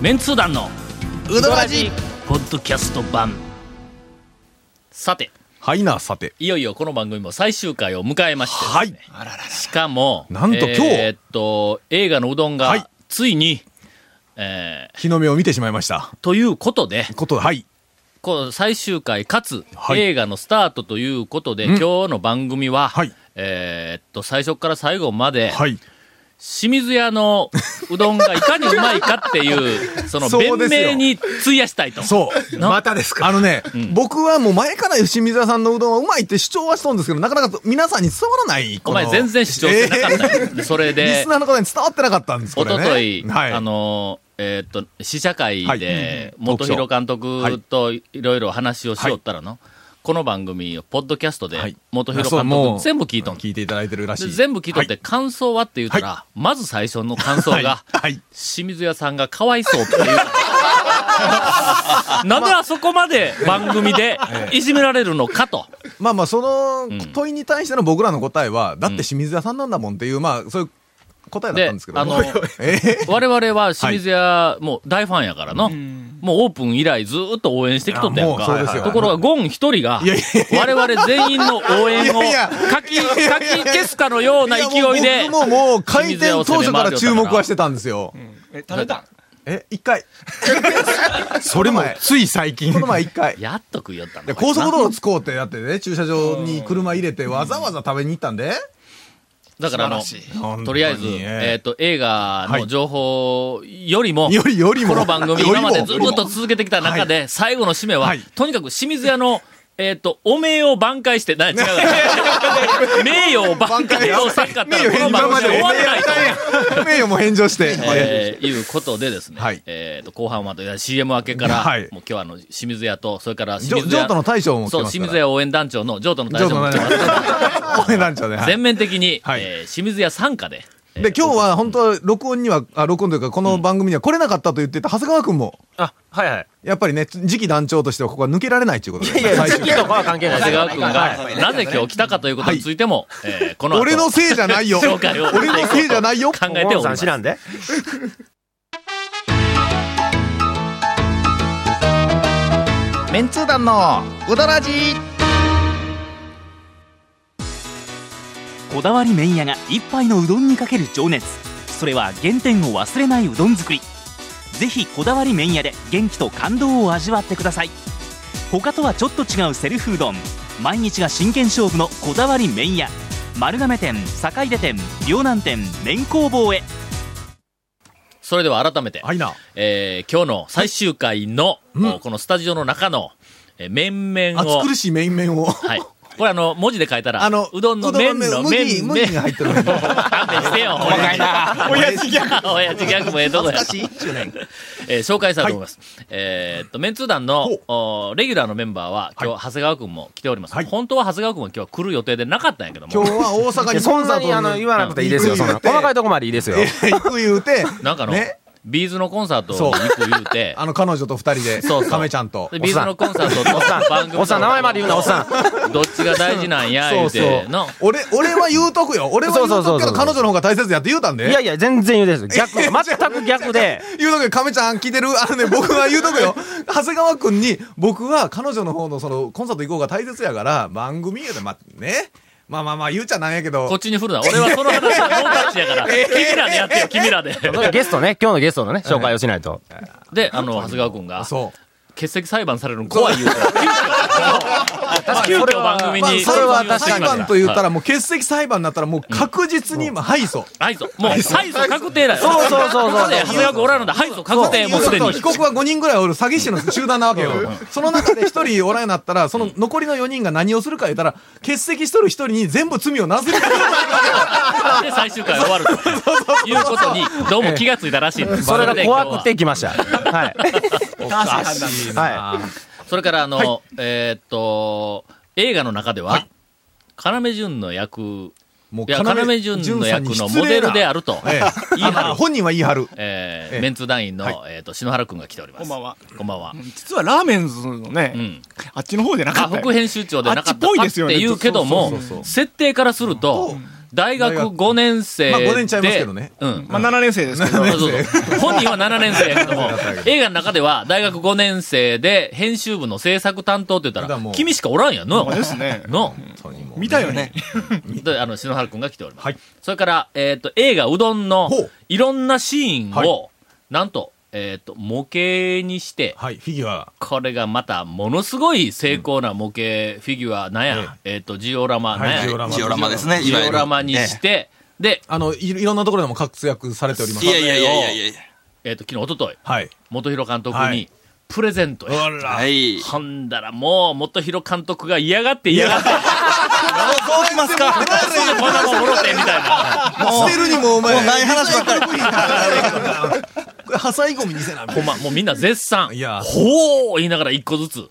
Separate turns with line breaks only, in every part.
メンツー団の
うどらじ
ポッドキャスト版さて
はいな、さて。
いよいよこの番組も最終回を迎えましてですね、
はい。
しかも
なんと今日
えーっと映画のうどん
はい
がついに、え
日の目を見てしまいました。
ーということで
こと、はい。
こう最終回かつ、
はい
映画のスタートということで、今日の番組は、
はい
えーっと最初から最後まで、
はい。
清水屋のうどんがいかにうまいかって いうその
そう
弁
ですよ
明に費やしたいと
そう。
な
またですか
あのね、僕はもう前から吉水屋さんのうどんはうまいって主張はしたんですけど、なかなか皆さんに伝わらない。こ
お
の
前全然主張してなかったよ、それ
えーリ
で
スナーの方に伝わってなかったんです、こ
お
れ
と
ね。
とい、
はい。
あの、えーっと、試写会
はい
で、
うんうん
元広監督といろいろ話をしよったらの、この番組をポッドキャストで
はい、
元広
そう
監
もう
督全部聞いとん。
聞いていただいてるらし
で
い。
全部聞いとって、
は
感想はって言ったら、
は
まず最初の感想が、
はい。はい。
清水屋さんがかわいそう っていう。なんであそこまで番組でいじめられるのかと。
まあまあ、その問いに対しての僕らの答えは、だって清水屋さんなんだもんっていう、まあ、そういう答えだったんですけど。
であの
えー
我々は清水屋、もう大ファンやからの、もうオープン以来ずーっと応援してきとったやん
あもうそう
か
で。すよ
ところが、ゴン一人が
いやい、
我々全員の応援を
いやいや
かき、かき消すかのような勢いで
や、もう僕ももう開店当初から注目はしてたんですよ。
え食べたん
え、一 回。
それもつい最近
こ。の前一回。
やっと食いよったん
で
だ。
高速道路使おうってやってね、駐車場に車入れてわざわざ食べに行ったんで。
だからあの
素晴らしい、
本当
と
に
りあえず、えっと、映画の情報よりも、
よりよりも。
この番組、
より
今
も
までずっと続けてきた中で、最後の締めは
はい、
とにかく清水屋の、えっと、お名を挽回して、な、違う。 名誉を挽回をせんかったら、この番組終わらないと。
名誉も返上して。
えー、いうことでですね、
はい
えーと後半はと CM 明けから、
はい
もう今日はあの清水屋と、それから
ジ
清
ョ
水
ジョー
屋
トの大将も来て
そう
ます
清
から。
水屋応援団長の譲渡の
ジ
大将
ョート
も
の
来てます
大将。応援団長ね。はい
全面的に、
はい
えー清水屋参加で、えー
で、今日は本当、録音には、あ、録音というか、この番組には来れなかったと言ってた長谷川くんも、
あ、はいはい。
やっぱりね、次期団長としてはここは抜けられないということで。
いやいや、
最終
時期とかは関係ない
長
です
谷
よ。
川君がなぜ今日来たかということについても、えーこの後
俺のせいじゃないよ。
紹介を
俺のせいじゃないよ。
考えており
さ
ま
ん
す
知。らんで。
メンツー団のうどらじ
こだわり麺屋が一杯のうどんにかける情熱それは原点を忘れないうどん作りぜひこだわり麺屋で元気と感動を味わってください他とはちょっと違うセルフうどん毎日が真剣勝負のこだわり麺屋丸亀店坂出店両南店麺工房へ
それでは改めて、
はいな。
えー今日の最終回の、
ん
おこのスタジオの中の、えー面々を、
暑苦しい面々を。
はい。これ あの、文字で書いたら、
あの、
うどんの麺の
麦、
麺、
麦
麺
が、入ってる。懐
勘弁してよ、
細かいな
親父ギ ャグ。親父ギャグもええとこや
か。しい10年。
えー紹介したいと思います。えーっと、メンツー団の
ほう、
おーレギュラーのメンバーは、今日、長谷川くんも来ております。
はい
本当は長谷川くんは今日は来る予定でなかったんやけども。
今日は大
い
阪
や
に
そんなにあ の言わなくていいですよ。そんな細かい
と
とこまでいいですよ。
行く言うて。
なんかの、
ね。
ビーズのコンサートに
そう
行く言うて、
あの、彼女と二人で、
そうそう
亀ちゃんと
で。ビーズのコンサートと
おっさ
番組
ん、おっさん、名前まで言うな、おっさ
ん。
ん。
どっちが大事なんや、
そ
言
う
う
そう
て、の。
俺、俺は言うとくよ。俺は言うと
そうそ
く
う
け
そうそ
ど、
う
彼女の方が大切やって言うたんで。
いやいや、全然言うです。逆、全く逆で。
言うとくよ、亀ちゃん聞いてるあのね、僕は言うとくよ。 長谷川くんに、僕は彼女の方のその、コンサート行こうが大切やから、番組言うて、ま、ね。まあまあまあ、言うちゃなんやけど
こっ。ちに振るな。俺はその話はノータッチやから、君らでやってよ、君らで。
それゲストね、今日のゲストのね、紹介をしないと。
で、あの、長谷川くんが、
そう。
欠席裁判されるの怖い言う て。急遽、急遽番組
まあ、
に。
裁
採用して
判、裁
きました
判と言ったら、もう欠席裁判になったら、もう確実に、まあ、敗訴。
はい、そう。もう、敗訴確定だよ。
そうそうそうそう
ここで長谷川君おらんので、敗訴確定、もうすでに。
被告は5人ぐらいおる詐欺師の集団なわけよ。その中で1人おらんようになったら、その残りの4人が何をするか言ったら、欠席しとる1人に全部罪をなすりつける
で、最終回終わると。いうことに、どうも気がついたらしいんです
それが怖くて来ました。はい。は
それから、あの、えーっと、映画の中では、要潤の役、
もう
いや、要潤の役のモデルであると、
ええ
言い張る、
本人は言い張る。
えー
ええ
メンツ団員の、
はい
えーっと、篠原くんが来ております。
こんばんは。
こんばんは。
実はラーメンズのね、
うん
あっちの方じゃなか
あ
ったよ
副編集長でなかった
あっちっ
か
ぽい
っ
で
て
すよね
言うけども
そうそうそうそ、う
設定からすると、大学5年生で。
まあ五年ちゃいますけどね、
うん。
まあ、7年生ですけ
そ
ど。
うそうそう本人は7年生やけども映画の中では大学5年生で編集部の制作担当って言っ
だ
た
から
ら
もう、
君しかおらんやんの。
ですね。
の。
見たよね。
で、あの、篠原くんが来ております。
はい
それから、えっ、と、映画うどんの
ほう
いろんなシーンを、
は
なんと、えっ、と、模型にして、
はい、フィギュア。
これがまたものすごい精巧な模型、フィギュアなんや、えっ、と、ジオラマなんや、
はいジオラマ
ジオラマですね、い
ジ
わゆる。
オラマにして、で、
あの、いいろんなところでも活躍されております。
いやいやいやいやいや。
えっ、と、昨日、おととい、
はい。
元弘監督
は
に
い、
プレゼントや。
ら
はい。
ほんだらもう、元弘監督が嫌がって嫌 がって、
どうしま すか
こんなもんもろて、みたいな。
捨てるにもお前。
もうない話ばっかり。
これ破砕ゴミにせな。
ほんま、もうみんな絶賛。
いや
ほー言いながら一個ずつ。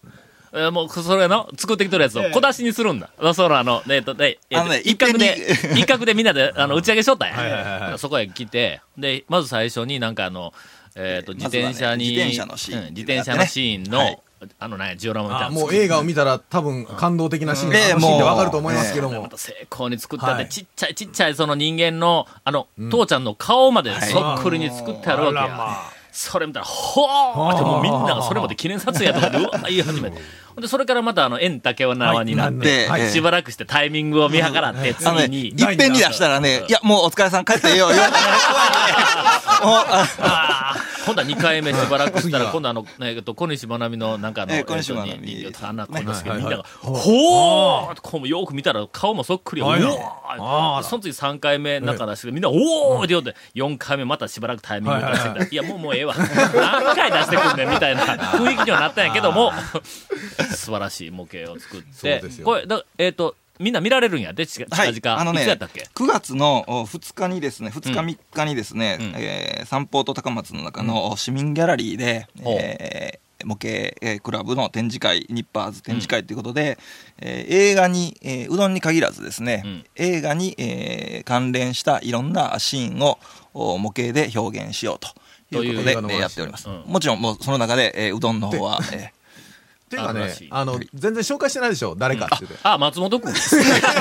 えーもう、それの、作ってきてるやつを小出しにするんだ。まあその、あの、えっと、で、え
あの
ー
ね
一角で
いっぺん、に
一角でみんなで、あの、打ち上げしとったん
はいはいはいはい
や。そこへ来て、で、まず最初になんかあの、えっと、自
まずはね
転車に、
自転車のシーン
うん自転車のシーン
は
の
い、
あのね、ジオラマみたいな
あ
の
も
作っ
う
て。
映画を見たら多分感動的なシーンが、
うん
あのシーンでわかると思いますけど
これま
も。
た精巧に作ったっ
は
て、
い
ちっちゃいちっちゃいその人間の、あの、父ちゃんの顔までそっくりに作ってあるわけや。それ見たら、ほーってもうみんながそれまで記念撮影やとかで、うわ、言い始めて。ほんで、それからまたあの、縁竹は縄になっ
なって
て、
はい
しばらくしてタイミングを見計らって、
あのね、
次
い
に、
っぺんに出したらね、いや、もうお疲れさん帰ってええよ、言われてもう、あ
あー今度は2回目しばらくしたら、今度はあの、ねえっと、小西真奈美のなんかあの、
えー小西真奈美
えっと人形、穴、小西
はい
みんなが、
はい
ほーってこうもよく見たら顔もそっくりよ。う
はいはい
わーその次3回目中出して、みんな、おーって言って、4回目またしばらくタイミング出してき
はい
たいや、もうもうええわ。何回出してくんねんみたいな雰囲気にはなったんやけども、素晴らしい模型を作っ
そう
て
です、よ
これ、だえっと、みんな見られるんやで、近々。
はい
いつ
あのね
やったっけ
9月のお2日にですね、2日
うん
3日にですね、
うん
えー三宝と高松の中のお市民ギャラリーで、
お
えー模型えークラブの展示会、ニッパーズ展示会ということで、えー映画に、えーうどんに限らずですね、
うん
映画に、えー関連したいろんなシーンをお模型で表現しようと。いうことで、え
という
ーやっております。
うん
もちろん、もうその中で、えーうどんの方は、えー
っていうか
ある
ね
らしい、
あの、全然紹介してないでしょ、誰かって言って。
あ、松本くん。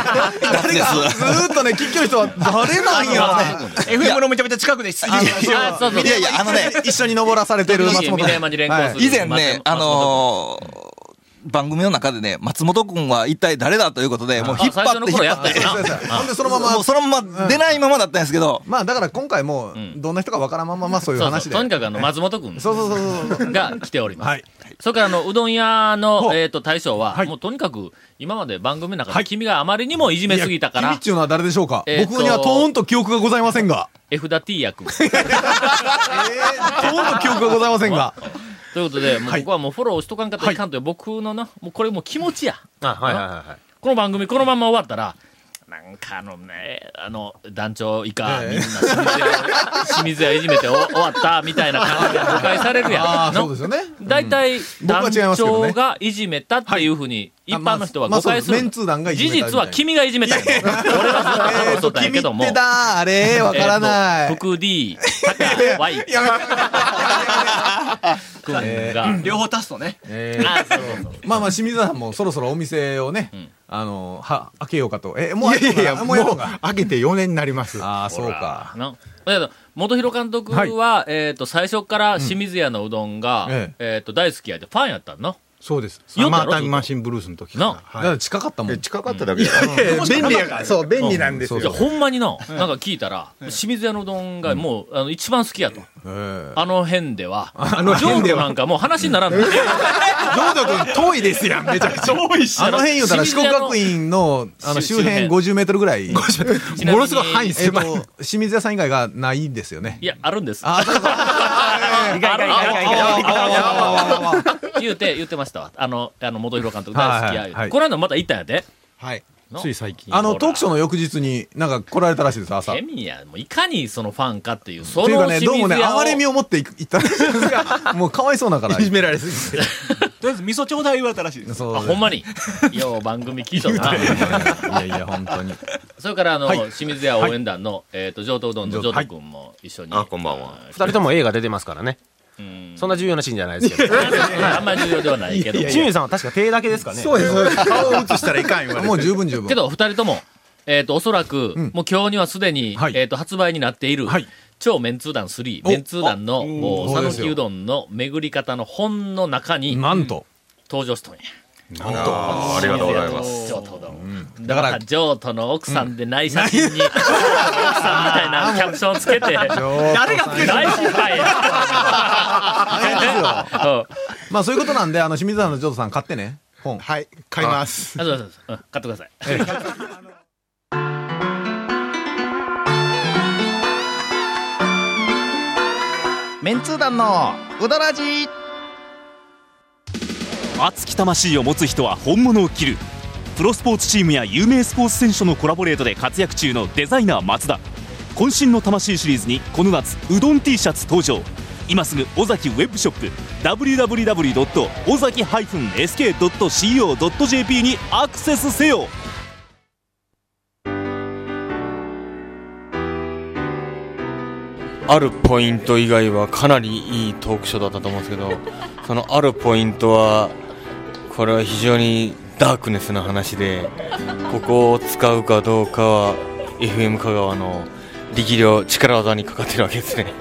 誰がずーっとね、聞きよる人は誰なんや。
FM のめちゃめちゃ近くで出演
いやそうそう
いやいや、あ のね、
一緒に登らされてる松本
峰山に連行する
はい
以前
松
ね
本、
あのー番組の中でね、松本君は一体誰だということで、もう
あ
引っ張って
最初の
引っ
頃や
張
っ
った
よ
て、
な
そうそうそうほんで、そのまま
もう、そのまま出ないままだったんですけど、
まあだから今回も
ん、
どんな人かわからんまま、そういう
そう
話
そう
で。
とにかくあの、松本くん。
そうそうそうそう。
が来ております。
はい
それからあの、うどん屋
ほ
の、
う
えっ、と、大将は、
はい
もうとにかく、今まで番組の中で、
はい
君があまりにもいじめすぎたか
いや
ら
君っ、ちゅうのは誰でしょうか、
えーと
僕にはとーんと記憶がございませ んが。
絵札 T 役。
えー、とーんと記憶がございませんが。
ということで、もう
はい
ここはもうフォローしとかんかったらいかんという、僕のな、もうこれもう気持ちや。
あ、はいはいはいはい。
この番組このまま終わったら、なんかあのね、あの、団長以下、
え
み
え
んな清水屋、 清水屋いじめてお終わった、みたいな感じで誤解されるやん。
ああ、
の
そうですよね。
大体、
僕は
団
違いますけど
長
ね
がいじめたっていうふうに、一般の人は誤解す
まあまあそうですメ
る。
ンツー団がいじ
事
めたみたいな
実は君がいじめたんやろ俺はずっと
え
そうし
ー
と
と、
ったんや
君
け
っ
ども。
てだ、あれ、わから
え
な
っ
い
と。福 D、タカ、Y
やめて
君が。
両方足すとね。
えー
あそうそうそう
まあまあ清水さんもそろそろお店をね、
ん
あのは開けようかとえもう
いやいやいや、
も
も
う
う
やろうか
開けて4年になります。
ああそう
あ
か
のだけど、元広監督は、えっ、と、最初から清水屋のうどんが、
うんえ
えっ、と、大好きやで、ファンやったんの
そうです。
よっだ
サ
ろ
マータイムマシンブルースの時
な
から。
だか
は
ら近かったもん
い。近かっただけだ
便利やから。
そう、便利なんです
いや、。ほんまにの、なんか聞いたら、清水屋のうどんがもう、あの、一番好きやと。
えー
あの辺では。
あの辺で
浄土
は
なんかもう話になら んの。
ロード君遠いですやん、めちゃくちゃ。遠いし。
あの辺言うたら四国学院のあの
し
周辺50メートルぐらい、え
ちなみに
ものすごい範囲
ー、と
狭い。
清水屋さん以外がないんですよね
いや、あるんです。
あそうか
あるある
あわわわわ
言うて、言ってましたわ。あの、あの、元広監督大好きや
は
言
いはい
う
は
て。
い
この間また行ったんやで。
はい。
の
つい最近。
あのトークショーの翌日になんか来られたらしいです朝
ケミヤ、もういかにそのファンかっていう、そ
という
の
かねどうもね
清
哀れ
水
み
屋を
を持って行ったらしいんですがもうかわいそうだから
いじめられすぎて。
とりあえず味噌ちょうだい言われたらしいです。
そう
あ、ほんまに。よう番組聞いとるな。
いやいや本当に
それから、あの、清水屋応援団の、えっと、上等うどんの上等くんも一緒に。
あこんばんは
う
二人とも映画出てますからね。
ん
そんな重要なシーンじゃないですけど。
あんまり重要ではないけど。
清水さんは確か手だけですかね。
そうです。顔を映したらいかん言われて。
もう十分十分
けど、二人とも、えっ、と、おそらく、
ん
もう今日にはすでに、
はい
えっ、と、発売になっている、
はい
超メンツー団3、
お
メンツー団の、もう、
そ
讃
うですよ
岐うどんの巡り方の本の中に、
なんと。
登場しとんや。
ありがとうございます。
上都の。だ
だ
か
から
ら、上都の奥さんでない写真に、奥さんみたい なキャプションつけて、
誰がつける
大失敗や。うん
まあそういうことなんで、あの、清水さんのジョーさん買ってね。本。
はい、買います。
あ、そうそうそう。うん買ってください。
メンツー団のうどらじ
熱き魂を持つ人は本物を切るプロスポーツチームや有名スポーツ選手とのコラボレートで活躍中のデザイナー松田渾身の魂シリーズにこの夏うどん T シャツ登場今すぐ尾崎ウェブショップ www. 尾崎 -sk.co.jp にアクセスせよ
あるポイント以外はかなりいいトークショーだったと思うんですけどそのあるポイントはこれは非常にダークネスな話でここを使うかどうかは FM 香川の力量力技にかかってるわけですね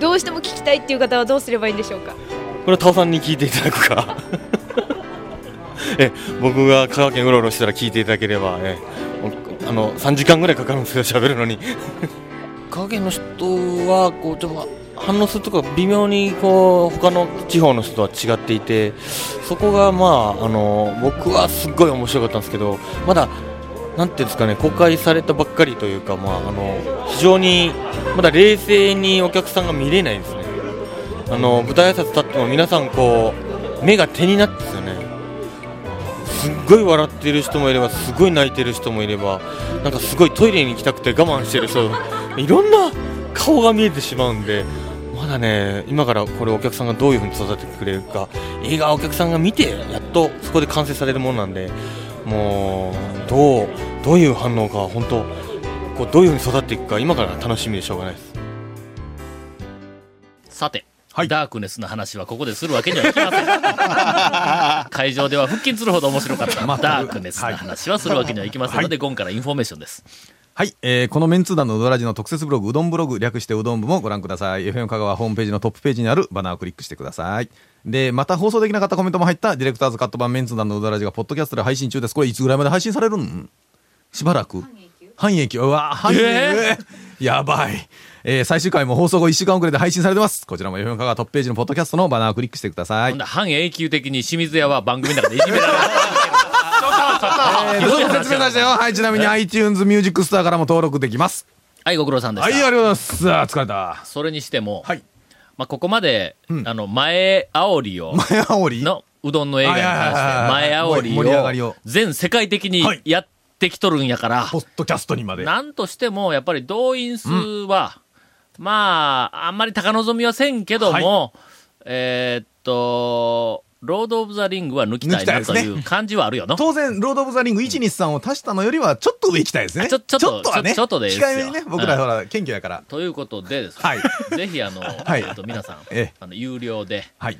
どうしても聞きたいっていう方はどうすればいいんでしょうか
これはタオさんに聞いていただくかえ僕が香川県うろうろしたら聞いていただければえあの3時間ぐらいかかるんですよ喋るのに香川県の人はこうちょっと反応するとこが微妙にこう他の地方の人とは違っていてそこがまああの僕はすっごい面白かったんですけどまだなんていうんですかね公開されたばっかりというかまああの非常にまだ冷静にお客さんが見れないですねあの舞台挨拶立っても皆さんこう目が手になってですよねすっごい笑ってる人もいればすごい泣いてる人もいればなんかすごいトイレに行きたくて我慢してる人いろんな顔が見えてしまうんでまだね今からこれお客さんがどういうふうに育ててくれるか映画はお客さんが見てやっとそこで完成されるものなんでもうどうどういう反応か本当こうどういうふうに育っていくか今から楽しみでしょうがないです。
さて、ダークネスの話はここでするわけにはいきません。 会場では腹筋するほど面白かった、ダークネスの話はするわけにはいきませんので、今からインフォメーションです。
はい、えーこのメンツー団のうどらじの特設ブログ、うどんブログ、略してうどん部もご覧ください。FM 香川ホームページのトップページにあるバナーをクリックしてください。で、また放送できなかったコメントも入った、ディレクターズカット版メンツー団のうどらじが、ポッドキャストで配信中です。これ、いつぐらいまで配信されるんしばらく。半永久。うわ半永久。 やばい。えー最終回も放送後1週間遅れで配信されてます。こちらも FM 香川トップページのポッドキャストのバナーをクリックしてくださ
ほ
い
ん。で半永久的に清水屋は番組の中でいじめられる。
えー、どうも説明させてよ。はい、ちなみに iTunes ミュージックスターからも登録できます。
はい、ご苦労さんで
はい、あ
し
りが
た。
とうございます。あー疲れ た。
それにしても、
はい。
まあ、ここまで、あの、前煽りを、
前煽り
のうどんの映画に関
はいはいはいはい
して、前
盛り上が
煽り
り
を
を、
全世界的に
はい
やってきとるんやから、
ポッドキャストにまで。
なんとしても、やっぱり動員数は、まあ、あんまり高望みはせんけども、えーっと、ロード・オブ・ザ・リングは抜きたいな
抜き
と
たいです
いう感じはあるよな。
当然、ロード・オブ・ザ・リング123を足したのよりは、ちょっと上行きたいですね。
ちょちょっと
はね。
ちょちょっとでいいですよ
控えめにね、僕らほら、謙虚やから。
ということでですね、
はい
ぜひあの、
い
えっと皆さん、
ええ
あの有料で
はい。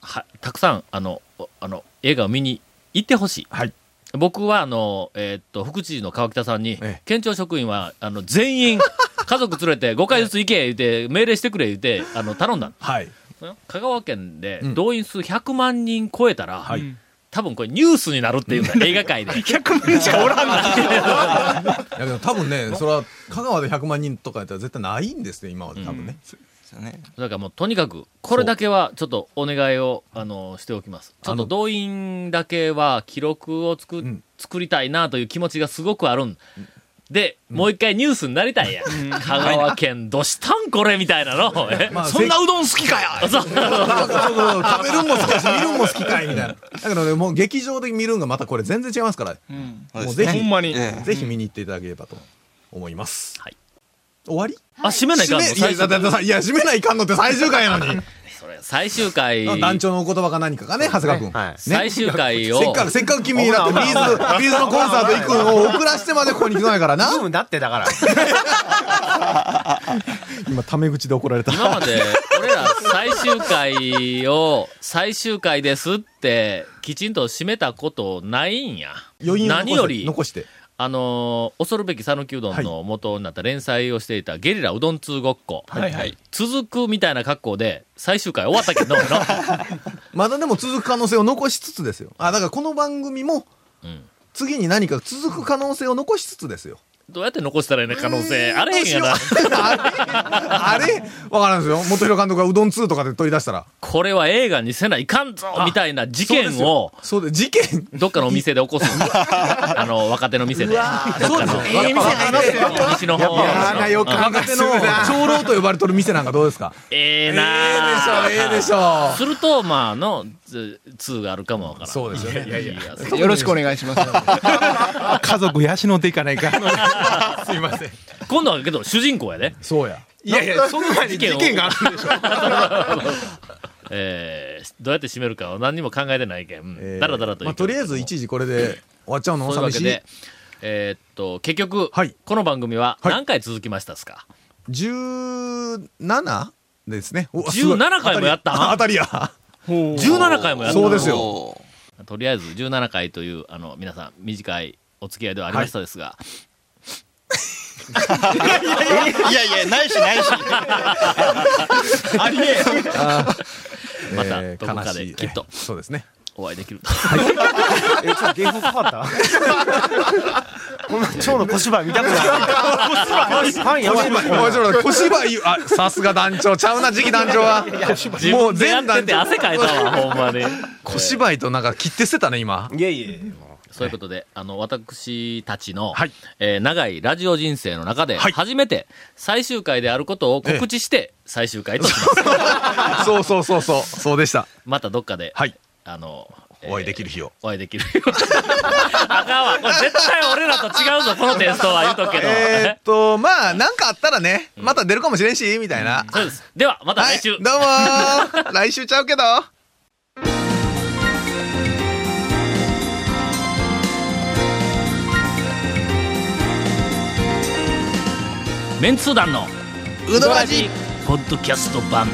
はたくさんあのおあの映画を見に行ってほしい。
はい
僕はあの、えっと副知事の川北さんに、
ええ
県庁職員はあの全員家族連れて5回ずつ行け言って命令してくれ言ってあの頼んだん
はい。
香川県で
うん
動員数100万人超えたら、
はい
多分これニュースになるっていうんだ映画界 で
100万しかおらんな。
だけど、多分ね、それは、香川で100万人とかやったら絶対ないんですね、今は多分ね。
すよね。
だからもうとにかくこれだけはちょっとお願いをあのしておきますちょっと動員だけは記録を作,、
ん
作りたいなという気持ちがすごくあるんで、もう一回ニュースになりたいや、ん、 香川県どしたんこれみたいなのえ
まあ
そんなうどん好きかや。
そう
そうそうそう食べるんも好きだし、見るんも好きかい、みたいな。 だけどね、もう劇場で見るんがまたこれ全然違いますから、
そう
もう
ですね
ぜひ、
ほんまに。
ええ
ぜひ見に行っていただければと思います。
はい。
終わり
あ締めないか
締
んの
め、い
最
や、だ
終
ってだっていや、締めないかんのって最終回やのに。
それ最終回
団長のお言葉か何かがね、長谷川君。
はい。
最終回を
せっかく、せっかく君 だって、ビーズ、ビーズのコンサート行くのを遅らしてまでここに来ないからな。
多分だってだから。
今、タメ口で怒られた。
今まで俺ら最終回を最終回ですってきちんと締めたことないんや
余韻を
何より
残して。
あのー恐るべき讃岐うどんの元になった連載をしていたゲリラうどん通ごっこ、
はいはい
続くみたいな格好で最終回終わった けど
まだでも続く可能性を残しつつですよあだからこの番組も次に何か続く可能性を残しつつですよ
どうやって残したらいいの可能性あれへんやな
あれわからんですよ元広監督がうどん2とかで取り出したら
これは映画にせないかんぞみたいな事件を
そうで事件
どっかのお店で起こすんです あの若手の店でどっかの
ええ店だな
西の方
嫌な予感がするな長老と呼ばれとる店なんかどうですか
ええな
ええでしょええでしょ
するとまあのつ2があるかもわからんそうですよねいやいや
よろしくお願いします。
家族養っていかないか。
すいません今度はけど主人公やで
そうや
いやいや、その 前に事件があるでしょ。
えー、どうやって締めるかは何にも考えてないけん、うんだらだらと、
まあ、とりあえず一時これで終わっちゃうの
そういうわけ
寂しい
で、えーっと、結局、この番組は何回続きましたっすか、
17ですねおすごい
17回もやったん
当たりや当たりや
17回もやったん
そうですよ
とりあえず17回という、あの、皆さん、短いお付き合いではありましたですが、
いやいや、ないしないし。ありえ
また
えー
どこか
悲し
で
い
きっと
そうですね
お会いできると。
え、ちょっと芸風変わった こんな蝶の小芝居見たくない。 小芝居パンやばい。
小芝居小芝居あさすが団長ちゃうな次期団長はもう全
自分
団長
でやってて汗かいた わ、ほんまに。
小芝居となんか切って捨てたね 今
いやいや。
そういうことで、あの、私たちの、えー長いラジオ人生の中で、初めて最終回であることを告知して、最終回とします。
そうそうそうそうそうでした
またどっかで、あの、
お会いできる日を
お会いできる。 あかんわ。これ絶対俺らと違うぞ、このテストは言うとくけど。
えーっとまあなんかあったらねまた出るかもしれんしみたいな
そうです。では、また来週。
どうもー来週ちゃうけど
メンツー団の
うどらじ
ポッドキャスト版